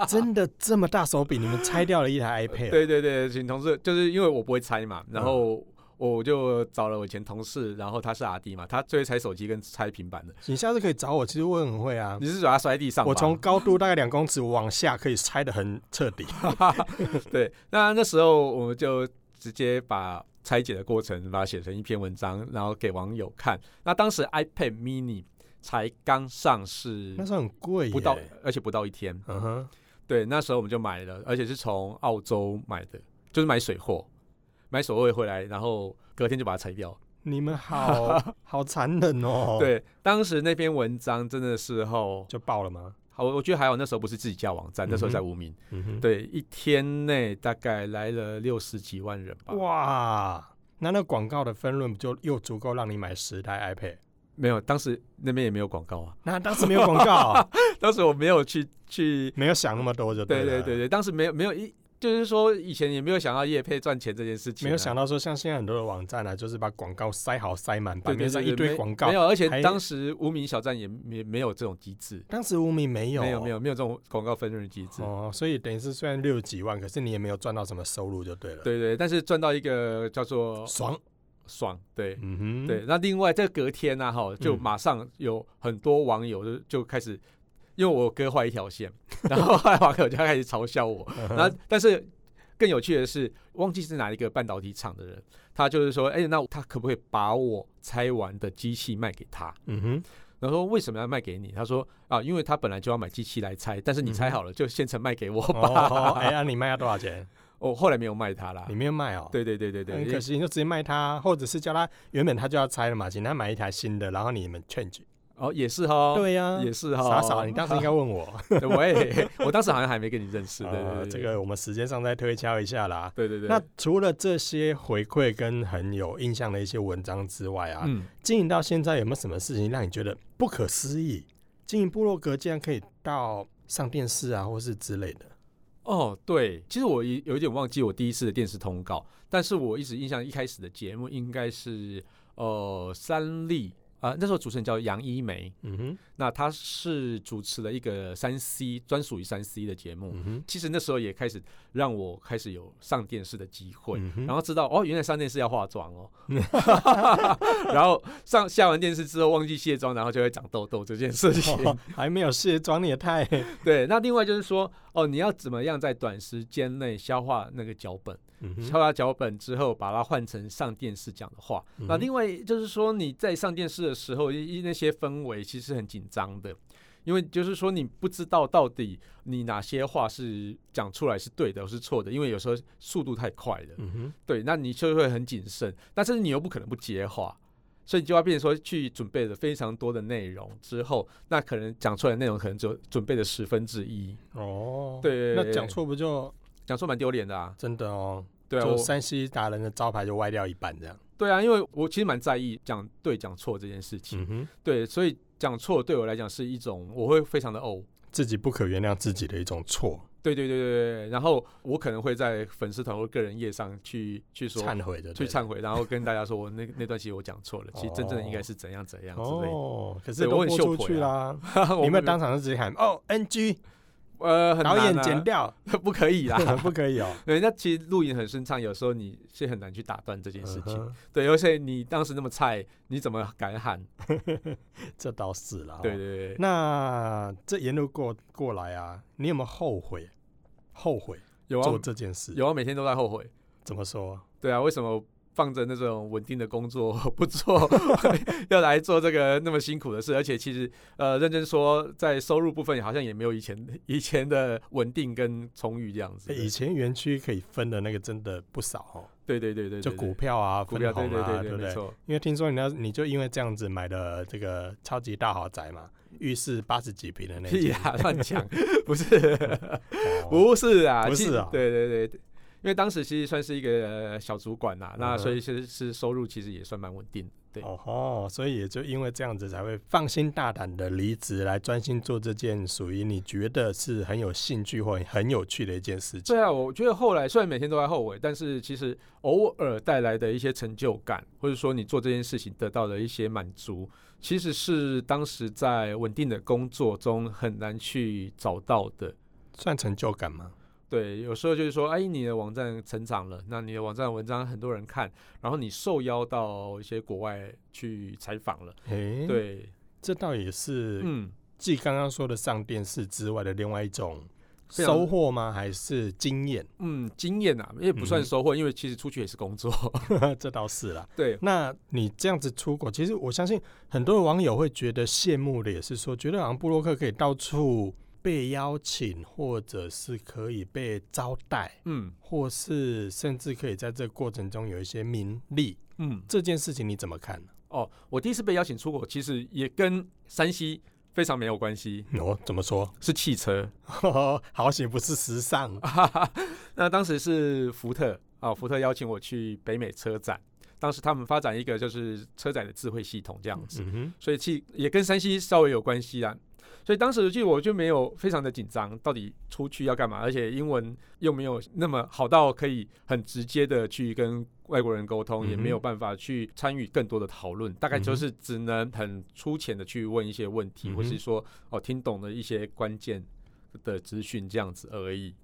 Speaker 2: 真的这么大手笔，你们拆掉了一台 iPad？
Speaker 1: 对对对，请同事，就是因为我不会拆嘛，然后我就找了我以前同事，然后他是阿弟嘛，他最会拆手机跟拆平板的。
Speaker 2: 你下次可以找我，其实我很会啊。
Speaker 1: 你是把它摔在地上吧？
Speaker 2: 我从高度大概两公尺往下可以拆得很彻底。
Speaker 1: 嗯对，那那时候我们就直接把拆解的过程把它写成一篇文章，然后给网友看。那当时 iPad mini 才刚上市
Speaker 2: 那，时候很贵耶，
Speaker 1: 不到，而且不到一天。
Speaker 2: 嗯哼，
Speaker 1: 对，那时候我们就买了，而且是从澳洲买的，就是买水货，买水货回来，然后隔天就把它拆掉。
Speaker 2: 你们 好好残忍哦。，
Speaker 1: 对，当时那篇文章真的是后，
Speaker 2: 就爆了吗？
Speaker 1: 好，我觉得还有那时候不是自己家网站，那时候在
Speaker 2: 嗯
Speaker 1: 无名。
Speaker 2: 嗯哼，
Speaker 1: 对，一天内大概来了六十几万人吧。
Speaker 2: 哇，那那广告的分论不就又足够让你买十台 iPad？
Speaker 1: 没有，当时那边也没有广告啊。
Speaker 2: 那当时没有广告，啊
Speaker 1: 当时我没有去去，
Speaker 2: 没有想那么多就
Speaker 1: 对
Speaker 2: 了。
Speaker 1: 对
Speaker 2: 啊
Speaker 1: 对对，当时没有没有一，就是说以前也没有想到业配赚钱这件事情啊、
Speaker 2: 没有想到说像现在很多的网站啊，就是把广告塞好塞满，
Speaker 1: 对
Speaker 2: 版
Speaker 1: 对
Speaker 2: 面
Speaker 1: 对
Speaker 2: 上
Speaker 1: 对
Speaker 2: 一堆
Speaker 1: 没
Speaker 2: 广告
Speaker 1: 没。有，而且
Speaker 2: 还
Speaker 1: 当时无名小站也也没有这种机制，
Speaker 2: 当时无名没有，
Speaker 1: 没有没。有没有这种广告分润机制。
Speaker 2: 哦，所以等于是虽然六几万，可是你也没有赚到什么收入就对了。，
Speaker 1: 对对，但是赚到一个叫做
Speaker 2: 爽。
Speaker 1: 爽，对
Speaker 2: 嗯哼，
Speaker 1: 对。那另外在隔天呢，哈，就
Speaker 2: 嗯
Speaker 1: 马上有很多网友就就开始，因为我割坏一条线，然后后来网友就开始嘲笑我，
Speaker 2: 嗯哼，
Speaker 1: 然后但是更有趣的是，忘记是哪一个半导体厂的人，他就是说，哎、那他可不可以把我拆完的机器卖给他？
Speaker 2: 嗯 哼，
Speaker 1: 然后说为什么要卖给你？他说啊，因为他本来就要买机器来拆，但是你拆好了就现成卖给我
Speaker 2: 嗯哦
Speaker 1: 吧。
Speaker 2: 哦，哎呀，你卖要多少钱？
Speaker 1: 哦，后来没有卖他啦
Speaker 2: 你。没有卖哦，
Speaker 1: 对对对对对，
Speaker 2: 很可惜，你就直接卖它，或者是叫他原本他就要拆了嘛，请他买一台新的，然后你们 change。
Speaker 1: 哦也是哈，
Speaker 2: 对呀，
Speaker 1: 也是哈，哦
Speaker 2: 傻傻，你当时应该问我。
Speaker 1: 对喂，我当时好像还没跟你认识，对对
Speaker 2: 呃
Speaker 1: 哦对，
Speaker 2: 这个我们时间上再推敲一下啦。
Speaker 1: 对对对，
Speaker 2: 那除了这些回馈跟很有印象的一些文章之外啊，
Speaker 1: 嗯，
Speaker 2: 经营到现在有没有什么事情让你觉得不可思议？经营部落格竟然可以到上电视啊，或是之类的。
Speaker 1: 哦对，其实我有有一点忘记我第一次的电视通告，但是我一直印象一开始的节目应该是呃三立啊、那时候主持人叫杨一梅，
Speaker 2: 嗯哼，
Speaker 1: 那她是主持了一个三 C 专属于三 C 的节目，
Speaker 2: 嗯哼，
Speaker 1: 其实那时候也开始让我开始有上电视的机会。
Speaker 2: 嗯哼
Speaker 1: 然后知道哦，原来上电视要化妆 哦，然后上下完电视之后忘记卸妆，然后就会长痘痘这件事情。
Speaker 2: 哦还没有卸妆，你也太……
Speaker 1: 对，那另外就是说哦，你要怎么样在短时间内消化那个脚本，
Speaker 2: 嗯哼
Speaker 1: 消 化脚本之后把它换成上电视讲的话。
Speaker 2: 嗯哼
Speaker 1: 那另外就是说你在上电视的时候，一一那些氛围其实很紧张的。因为就是说，你不知道到底你哪些话是讲出来是对的，或是错的。因为有时候速度太快了，
Speaker 2: 嗯哼，
Speaker 1: 对，那你就会很谨慎，但是你又不可能不接话，所以你就要变成说去准备了非常多的内容之后，那可能讲出来的内容可能只有准备的十分之一，
Speaker 2: 哦，，
Speaker 1: 对，
Speaker 2: 那讲错不就
Speaker 1: 讲错蛮丢脸的啊，
Speaker 2: 真的哦？
Speaker 1: 对啊，
Speaker 2: 就
Speaker 1: 我
Speaker 2: 山西达人的招牌就歪掉一半这样。
Speaker 1: 对啊，因为我其实蛮在意讲对讲错这件事情，
Speaker 2: 嗯哼，
Speaker 1: 对，所以讲错对我来讲是一种我会非常的哦。
Speaker 2: 自己不可原谅自己的一种错，
Speaker 1: 对对对对对，然后我可能会在粉丝团或个人页上去去说
Speaker 2: 忏悔的，
Speaker 1: 去
Speaker 2: 对
Speaker 1: 忏悔，然后跟大家说我那那段其实我讲错了，其实真正的应该是怎样怎啊样之类的。
Speaker 2: 哦，可是
Speaker 1: 对
Speaker 2: 都
Speaker 1: 我很
Speaker 2: 播
Speaker 1: 秀
Speaker 2: 出
Speaker 1: 婆
Speaker 2: 去啦，
Speaker 1: 我
Speaker 2: 你有没有
Speaker 1: 们
Speaker 2: 当场就直接喊哦 NG，
Speaker 1: 呃，很啊
Speaker 2: 导
Speaker 1: 难
Speaker 2: 演
Speaker 1: 啊
Speaker 2: 剪掉，
Speaker 1: 不可 以啦。
Speaker 2: 不可以哦。
Speaker 1: 人家其实录影很顺畅，有时候你是很难去打断 这件事情。
Speaker 2: 嗯
Speaker 1: 对，而且你当时那么菜，你怎么敢喊？
Speaker 2: 哼这倒是啦。
Speaker 1: 对。对对，
Speaker 2: 哦那这沿路过过来啊，你有没有后悔？后悔
Speaker 1: 有啊
Speaker 2: 做这件事？
Speaker 1: 有啊，每天都在后悔。
Speaker 2: 怎么说？
Speaker 1: 对啊，为什么放着那种稳定的工作 不做，要来做这个那么辛苦的事？而且其实呃，认真说，在收入部分好像也没有以前以前的稳定跟充裕这样子
Speaker 2: 欸。以前园区可以分的那个真的不少哦，
Speaker 1: 对对对对对，
Speaker 2: 就
Speaker 1: 对
Speaker 2: 股票啊、
Speaker 1: 股
Speaker 2: 分
Speaker 1: 票，对
Speaker 2: 红
Speaker 1: 对
Speaker 2: 啊，
Speaker 1: 对
Speaker 2: 对
Speaker 1: 对，
Speaker 2: 不
Speaker 1: 没
Speaker 2: 对？
Speaker 1: 错。
Speaker 2: 因为听说你要你就因为这样子买的这个超级大豪宅嘛，浴室八十几平的那
Speaker 1: 屁啊
Speaker 2: 间，
Speaker 1: 呀，乱 讲，不是。
Speaker 2: 哦
Speaker 1: 不是啊，
Speaker 2: 不
Speaker 1: 其
Speaker 2: 是啊
Speaker 1: 对对对对，因为当时其实算是一个呃小主管呐、
Speaker 2: 嗯
Speaker 1: 那所以其实是收入其实也算蛮稳定的。对，
Speaker 2: 哦吼，所以也就因为这样子才会放心大胆的离职，来专心做这件属于你觉得是很有兴趣或很有趣的一件事情。
Speaker 1: 对啊，我觉得后来虽然每天都在后悔，但是其实偶尔带来的一些成就感，或者说你做这件事情得到的一些满足，其实是当时在稳定的工作中很难去找到的。
Speaker 2: 算成就感吗？
Speaker 1: 对，有时候就是说，哎，你的网站成长了，那你的网站的文章很多人看，然后你受邀到一些国外去采访了，
Speaker 2: 诶，，
Speaker 1: 对，
Speaker 2: 这倒也是
Speaker 1: 嗯，
Speaker 2: 继刚刚说的上电视之外的另外一种
Speaker 1: 非常
Speaker 2: 收获吗？还是经验？
Speaker 1: 嗯，经验啊，也不算
Speaker 2: 嗯
Speaker 1: 收获，因为其实出去也是工作。
Speaker 2: 这倒是啦。
Speaker 1: 对，
Speaker 2: 那你这样子出国，其实我相信很多的网友会觉得羡慕的，也是说觉得好像布洛克可以到处被邀请，或者是可以被招待。
Speaker 1: 嗯
Speaker 2: 或是甚至可以在这个过程中有一些名利，
Speaker 1: 嗯，
Speaker 2: 这件事情你怎么看呢？
Speaker 1: 哦，我第一次被邀请出国，其实也跟山西非常没有关系，
Speaker 2: 哦，怎么说？
Speaker 1: 是汽车。
Speaker 2: 好险不是时尚，啊
Speaker 1: 那当时是福特啊，福特邀请我去北美车展，当时他们发展一个就是车载的智慧系统这样子，
Speaker 2: 嗯
Speaker 1: 所以汽也跟山西稍微有关系啊。所以当时就我就没有非常的紧张，到底出去要干嘛？而且英文又没有那么好到可以很直接的去跟外国人沟通，
Speaker 2: 嗯哼
Speaker 1: 也没有办法去参与更多的讨论，大概
Speaker 2: 嗯哼
Speaker 1: 就是只能很粗浅的去问一些问题，
Speaker 2: 嗯哼
Speaker 1: 或是说哦听懂了一些关键的资讯这样子而已。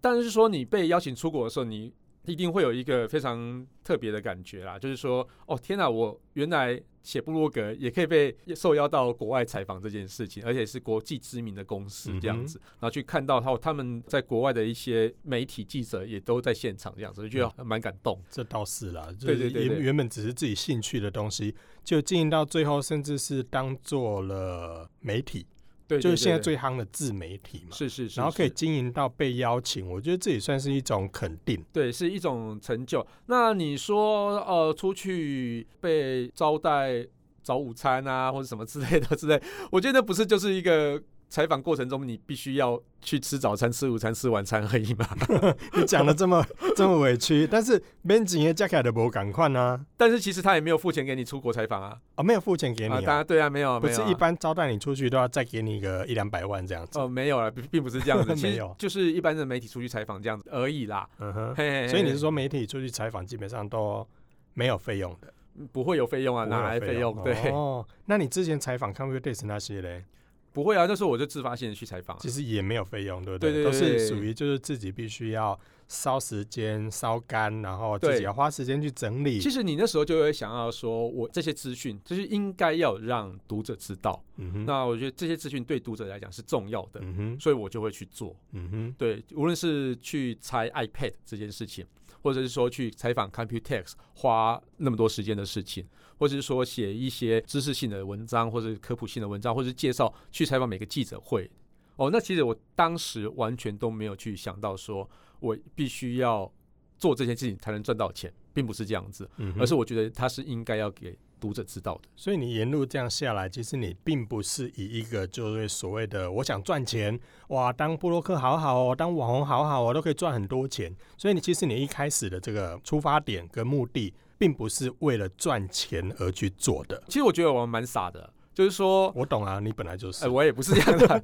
Speaker 1: 但是说你被邀请出国的时候，你一定会有一个非常特别的感觉啦，就是说，哦，天哪，我原来写部落格也可以被受邀到国外采访这件事情，而且是国际知名的公
Speaker 2: 嗯
Speaker 1: 司这样子，然后去看到他他们在国外的一些媒体记者也都在现场这样子，就觉
Speaker 2: 嗯
Speaker 1: 得蛮感动。
Speaker 2: 这倒是啦，就
Speaker 1: 对对
Speaker 2: 是
Speaker 1: 对
Speaker 2: 原
Speaker 1: 对
Speaker 2: 原本只是自己兴趣的东西，就经营到最后，甚至是当做了媒体，
Speaker 1: 对
Speaker 2: 就是
Speaker 1: 对
Speaker 2: 现在
Speaker 1: 对
Speaker 2: 最夯的自媒体嘛。
Speaker 1: 是是是，
Speaker 2: 然后可以
Speaker 1: 是
Speaker 2: 经营到被邀请，我觉得这也算是一种肯定。
Speaker 1: 对，是一种成就。那你说，呃，出去被招待早午餐啊，或者什么之类的之类，我觉得不是就是一个采访过程中你必须要去吃早餐、吃午餐、吃晚餐而已嘛。
Speaker 2: 你讲的这么 这么委屈，但是 Ben 景也加起来的不赶快呢？
Speaker 1: 但是其实他也没有付钱给你出国采访啊，
Speaker 2: 哦，没有付钱给你、
Speaker 1: 啊，
Speaker 2: 啊，
Speaker 1: 当然对啊，没有，
Speaker 2: 不
Speaker 1: 没有
Speaker 2: 是
Speaker 1: 啊
Speaker 2: 一般招待你出去都要再给你个一两百万这样子。
Speaker 1: 哦，没有了，并并不是这样 子，
Speaker 2: 没
Speaker 1: 其实
Speaker 2: 有
Speaker 1: 就是一般的媒体出去采访这样子而已啦。
Speaker 2: 嗯哼，
Speaker 1: 嘿嘿嘿
Speaker 2: 所以你是说媒体出去采访基本上都没有费用的，
Speaker 1: 不会有费用啊？
Speaker 2: 不会有
Speaker 1: 哪来费用？对，
Speaker 2: 哦，那你之前采访 Computex 那些嘞，
Speaker 1: 不会啊，那时候我就自发性的去采访啊、
Speaker 2: 其实也没有费用，对不
Speaker 1: 对对
Speaker 2: 都是
Speaker 1: 对
Speaker 2: 属于就是自己必须要烧时间、烧干，然后自己
Speaker 1: 对
Speaker 2: 要花时间去整理
Speaker 1: 其。实你那时候就会想要说，我这些资讯就是应该要让读者知道。
Speaker 2: 嗯哼，
Speaker 1: 那我觉得这些资讯对读者来讲是重要的，
Speaker 2: 嗯哼，
Speaker 1: 所以我就会去做。
Speaker 2: 嗯哼，
Speaker 1: 对，无论是去拆 iPad 这件事情，或者是说去采访 Computex 花那么多时间的事情，或者是说写一些知识性的文章，或者是科普性的文章，或者是介绍去采访每个记者会。哦，那其实我当时完全都没有去想到说，我必须要做这件事情才能赚到钱，并不是这样子，
Speaker 2: 嗯哼
Speaker 1: 而是我觉得它是应该要给读者知道的。
Speaker 2: 所以你沿路这样下来，其实你并不是以一个就是所谓的我想赚钱，哇，当布洛克好好哦，当网红好好哦，都可以赚很多钱。所以你其实你一开始的这个出发点跟目的，并不是为了赚钱而去做的。
Speaker 1: 其实我觉得我蛮傻的，就是说，
Speaker 2: 我懂啊，你本来就是。
Speaker 1: 哎、我也不是这样的 啊、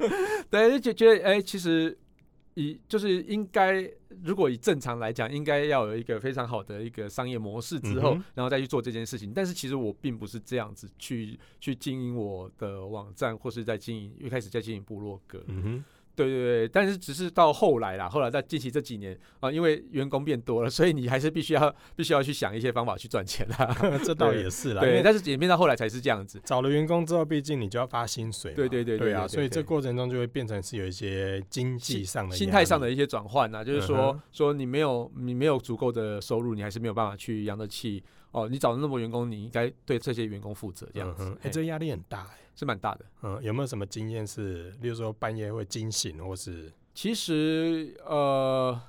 Speaker 1: 对，就觉得哎、其实以就是应该，如果以正常来讲，应该要有一个非常好的一个商业模式之后，
Speaker 2: 嗯哼
Speaker 1: 然后再去做这件事情。但是其实我并不是这样子去去经营我的网站，或是在经营一开始在经营部落格。
Speaker 2: 嗯哼，
Speaker 1: 对对对，但是只是到后来啦，后来在近期这几年啊、因为员工变多了，所以你还是必须要必须要去想一些方法去赚钱啦。
Speaker 2: 这倒也是啦。因
Speaker 1: 对，
Speaker 2: 为
Speaker 1: 但是演变到后来才是这样子。
Speaker 2: 找了员工之后，毕竟你就要发薪水嘛。
Speaker 1: 对对对
Speaker 2: 对
Speaker 1: 对对对
Speaker 2: 啊，所以
Speaker 1: 对
Speaker 2: 这过程中就会变成是有一些经济上的、
Speaker 1: 心态上。的一些转换呐，就是说、
Speaker 2: 嗯哼
Speaker 1: 说你没有你没有足够的收入，你还是没有办法去养得起哦。你找了那么多员工，你应该对这些员工负责，这样
Speaker 2: 嗯
Speaker 1: 子、
Speaker 2: 哼，哎、
Speaker 1: 嘿
Speaker 2: 这压力很大哎、
Speaker 1: 是蛮大的。
Speaker 2: 嗯，有没有什么经验是，例如说半夜会惊醒，或是
Speaker 1: 其实呃，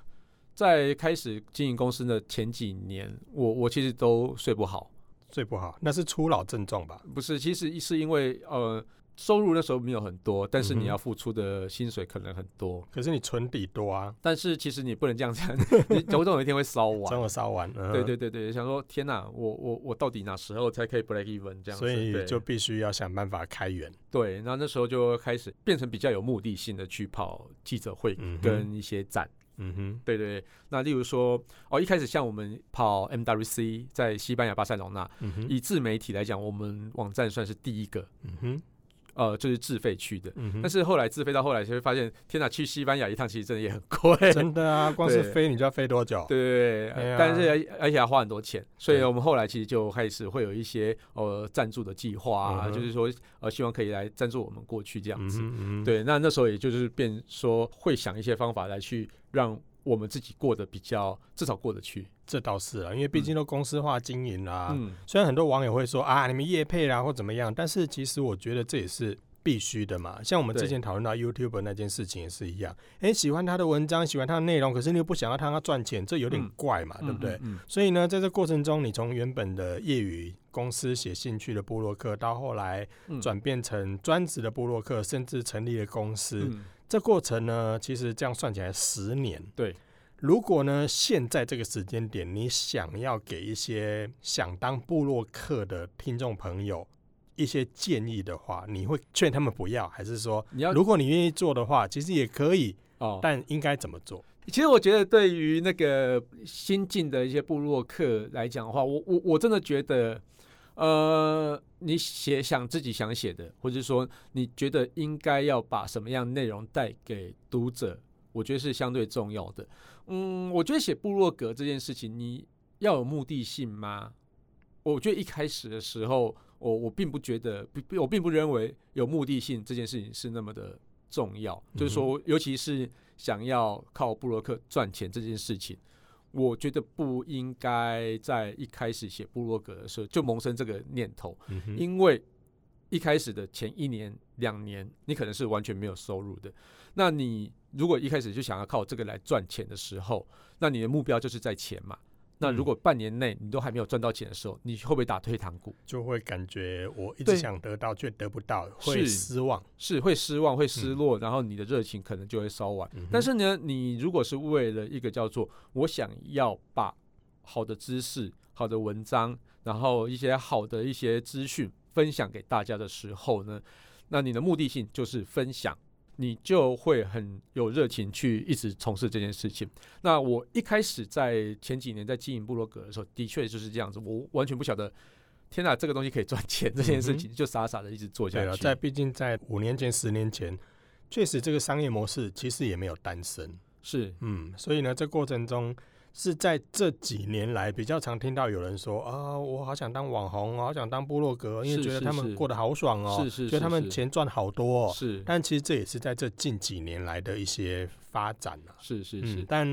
Speaker 1: 在开始经营公司的前几年，我我其实都睡不好，
Speaker 2: 最不好，那是初老症状吧？
Speaker 1: 不是，其实是因为呃。收入那时候没有很多，但是
Speaker 2: 嗯哼
Speaker 1: 你要付出的薪水可能很多，
Speaker 2: 可是你存底多啊，
Speaker 1: 但是其实你不能这样子， 你总总有一天会烧完。
Speaker 2: 中午烧完，嗯、
Speaker 1: 对对对对，想说天哪，我我我到底哪时候才可以 break even 这样子？
Speaker 2: 所以
Speaker 1: 对
Speaker 2: 就必须要想办法开源。
Speaker 1: 对，那那时候就开始变成比较有目的性的去跑记者会
Speaker 2: 嗯哼
Speaker 1: 跟一些展。
Speaker 2: 嗯哼，
Speaker 1: 对对对，那例如说哦，一开始像我们跑 MWC 在西班牙巴塞隆纳，
Speaker 2: 嗯哼，
Speaker 1: 以自媒体来讲，我们网站算是第一个，
Speaker 2: 嗯哼，
Speaker 1: 呃，就是自费去的。
Speaker 2: 嗯哼，
Speaker 1: 但是后来自费到后来，就会发现，天哪，去西班牙一趟其实真的也很 贵。
Speaker 2: 真的啊，光是飞你就要飞多久？
Speaker 1: 对对对，
Speaker 2: 对啊
Speaker 1: 但是而而且还花很多钱，所以
Speaker 2: 对
Speaker 1: 我们后来其实就开始会有一些呃赞助的计划啊，
Speaker 2: 嗯哼
Speaker 1: 就是说呃希望可以来赞助我们过去这样
Speaker 2: 嗯
Speaker 1: 子。
Speaker 2: 哼，嗯哼，
Speaker 1: 对，那那时候也就是变说会想一些方法来去让我们自己过得比较至少过得去。
Speaker 2: 这倒是啊，因为毕竟都公司化经营啦、
Speaker 1: 嗯，
Speaker 2: 虽然很多网友会说啊，你们业配啦或怎么样，但是其实我觉得这也是必须的嘛。像我们之
Speaker 1: 对
Speaker 2: 前讨论到 YouTube 那件事情也是一样，诶，喜欢他的文章，喜欢他的内容，可是你又不想要让他赚钱，这有点
Speaker 1: 嗯
Speaker 2: 怪嘛，啊对不对？
Speaker 1: 嗯？嗯
Speaker 2: 所以呢，在这过程中，你从原本的业余公司写兴趣的部落客，到后来
Speaker 1: 嗯
Speaker 2: 转变成专职的部落客，甚至成立了公司，
Speaker 1: 嗯
Speaker 2: 这过程呢，其实这样算起来十年。
Speaker 1: 对，
Speaker 2: 如果呢，现在这个时间点，你想要给一些想当部落客的听众朋友一些建议的话，你会劝他们不要，还是说，
Speaker 1: 你要
Speaker 2: 如果你愿意做的话，其实也可以，
Speaker 1: 哦，
Speaker 2: 但应该怎么做？
Speaker 1: 其实我觉得对于那个新进的一些部落客来讲的话，我我我真的觉得，呃，你写想自己想写的，或者说你觉得应该要把什么样内容带给读者，我觉得是相对重要的。嗯，我觉得写部落格这件事情，你要有目的性吗？我觉得一开始的时候，我我并不觉得，不我并不认为有目的性这件事情是那么的重要。就是说，尤其是想要靠布洛克赚钱这件事情，我觉得不应该在一开始写布洛格的时候就萌生这个念头，
Speaker 2: 嗯哼
Speaker 1: 因为一开始的前一年、两年，你可能是完全没有收入的。那你如果一开始就想要靠这个来赚钱的时候，那你的目标就是在钱嘛。那如果半年内你都还没有赚到钱的时候，你会不会打退堂鼓？
Speaker 2: 就会感觉我一直
Speaker 1: 对
Speaker 2: 想得到却得不到，会
Speaker 1: 是
Speaker 2: 失望。
Speaker 1: 是会失望、会失落，然后你的热情可能就会烧完。
Speaker 2: 嗯哼
Speaker 1: 但是呢，你如果是为了一个叫做我想要把好的知识、好的文章，然后一些好的一些资讯分享给大家的时候呢，那你的目的性就是分享，你就会很有热情去一直从事这件事情。那我一开始在前几年在经营部落格的时候，的确就是这样子，我完全不晓得。天哪，这个东西可以赚钱，这件事情就傻傻的一直做下
Speaker 2: 对
Speaker 1: 去。
Speaker 2: 了，在毕竟在五年前、十年前，确实这个商业模式其实也没有诞生。
Speaker 1: 是
Speaker 2: 嗯，所以呢，这过程中是在这几年来比较常听到有人说啊，我好想当网红，我哦好想当部落格，因为
Speaker 1: 是
Speaker 2: 觉得
Speaker 1: 是
Speaker 2: 他们
Speaker 1: 是
Speaker 2: 过得好爽哦，
Speaker 1: 是是
Speaker 2: 觉得
Speaker 1: 是
Speaker 2: 他们
Speaker 1: 是
Speaker 2: 钱赚好多、哦。
Speaker 1: 是
Speaker 2: 但其实这也是在这近几年来的一些发展啊。
Speaker 1: 是是
Speaker 2: 嗯
Speaker 1: 是，，
Speaker 2: 但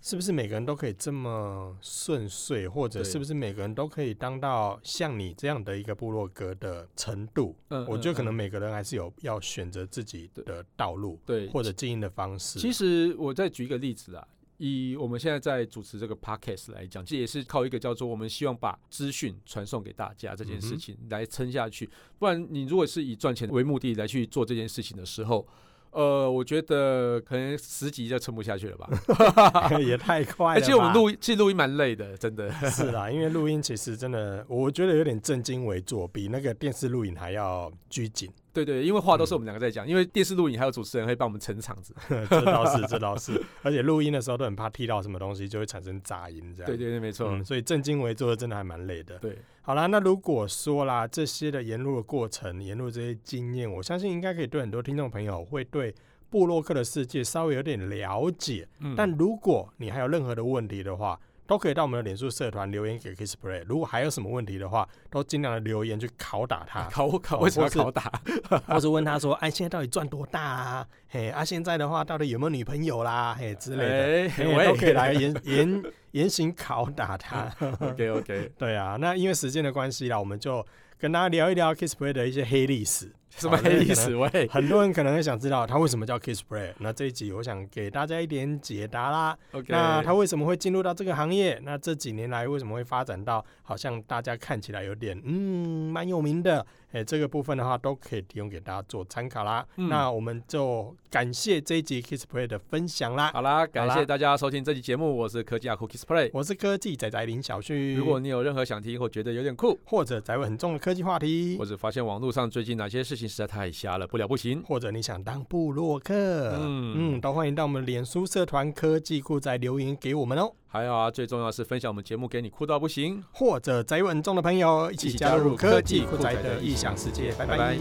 Speaker 2: 是不是每个人都可以这么顺遂，或者
Speaker 1: 对
Speaker 2: 是不是每个人都可以当到像你这样的一个部落格的程度？
Speaker 1: 嗯，
Speaker 2: 我
Speaker 1: 嗯
Speaker 2: 觉得可能
Speaker 1: 嗯
Speaker 2: 每个人还是有要选择自己
Speaker 1: 对
Speaker 2: 的道路
Speaker 1: 对。
Speaker 2: 或者经营的方式。
Speaker 1: 其实我再举一个例子啊，以我们现在在主持这个 podcast 来讲，这也是靠一个叫做我们希望把资讯传送给大家这件
Speaker 2: 嗯
Speaker 1: 事
Speaker 2: 哼
Speaker 1: 情来撑下去。不然你如果是以赚钱为目的来去做这件事情的时候，呃，我觉得可能十集就撑不下去了吧。
Speaker 2: 也 太快
Speaker 1: 而
Speaker 2: 了吧。
Speaker 1: 且我们录哎其实录音蛮累的，真 的。
Speaker 2: 是啦，因为录音其实真的，我觉得有点正襟危坐，比那个电视录影还要拘谨。
Speaker 1: 对对，因为话都
Speaker 2: 嗯
Speaker 1: 是我们两个在讲，因为电视录影还有主持人会帮我们撑场子。
Speaker 2: 这倒是，这倒是。而且录音的时候都很怕踢到什么东西，就会产生杂音这样。
Speaker 1: 对对对，没错。
Speaker 2: 嗯，所以正襟危坐真的还蛮累的。
Speaker 1: 对，
Speaker 2: 好啦，那如果说啦，这些的沿路的过程、沿路这些经验，我相信应该可以对很多听众朋友会对布洛克的世界稍微有点了解。
Speaker 1: 嗯
Speaker 2: 但如果你还有任何的问题的话，都可以到我们的脸书社团留言给 Kiss Play。如果还有什么问题的话，都尽量的留言去拷打 他，
Speaker 1: 啊考我考
Speaker 2: 哦
Speaker 1: 为什么
Speaker 2: 或
Speaker 1: 要
Speaker 2: 是
Speaker 1: 拷打？
Speaker 2: 或是问他说：“哎，现在到底赚多大啊？嘿，啊，现在的话到底有没有女朋友啦？嘿之类的，
Speaker 1: 哎，
Speaker 2: 嘿
Speaker 1: 我也
Speaker 2: 都可 以来严严严刑拷打他。”
Speaker 1: 嗯 OK OK，
Speaker 2: 对啊，那因为时间的关系啦，我们就跟大家聊一聊 Kiss Play 的一些黑历史。
Speaker 1: 什么
Speaker 2: 好
Speaker 1: 黑历史？喂
Speaker 2: 很多人可能会想知道它为什么叫 Kiss Play。那这一集我想给大家一点解答啦。
Speaker 1: ，OK，
Speaker 2: 那它为什么会进入到这个行业？那这几年来为什么会发展到好像大家看起来有点嗯蛮有名的？哎、这个部分的话都可以提供给大家做参考啦。
Speaker 1: 嗯
Speaker 2: 那我们就感谢这一集 Kiss Play 的分享啦。
Speaker 1: 好啦，感
Speaker 2: 好啦
Speaker 1: 谢大家收听这期节目，我是科技阿酷 Kiss Play。
Speaker 2: 我是科技仔仔林小旭。
Speaker 1: 如果你有任何想听或觉得有点酷，
Speaker 2: 或者宅味很重的科技话题，
Speaker 1: 或者发现网络上最近哪些事情实在太瞎了，不了不行，
Speaker 2: 或者你想当布洛克，嗯
Speaker 1: 嗯
Speaker 2: 都欢迎到我们脸书社团科技酷宅留言给我们哦。
Speaker 1: 还有啊，最重要是分享我们节目给你酷到不行。
Speaker 2: 或者宅稳重的朋友一
Speaker 1: 一
Speaker 2: 起
Speaker 1: 起
Speaker 2: 加
Speaker 1: 加入
Speaker 2: 入科
Speaker 1: 科
Speaker 2: 技
Speaker 1: 技
Speaker 2: 酷
Speaker 1: 酷
Speaker 2: 宅
Speaker 1: 宅
Speaker 2: 的
Speaker 1: 的
Speaker 2: 异
Speaker 1: 异
Speaker 2: 想
Speaker 1: 想
Speaker 2: 世界，拜
Speaker 1: 拜
Speaker 2: 拜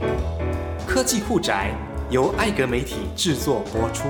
Speaker 1: 拜
Speaker 3: 科技酷宅由艾格媒体制作播出。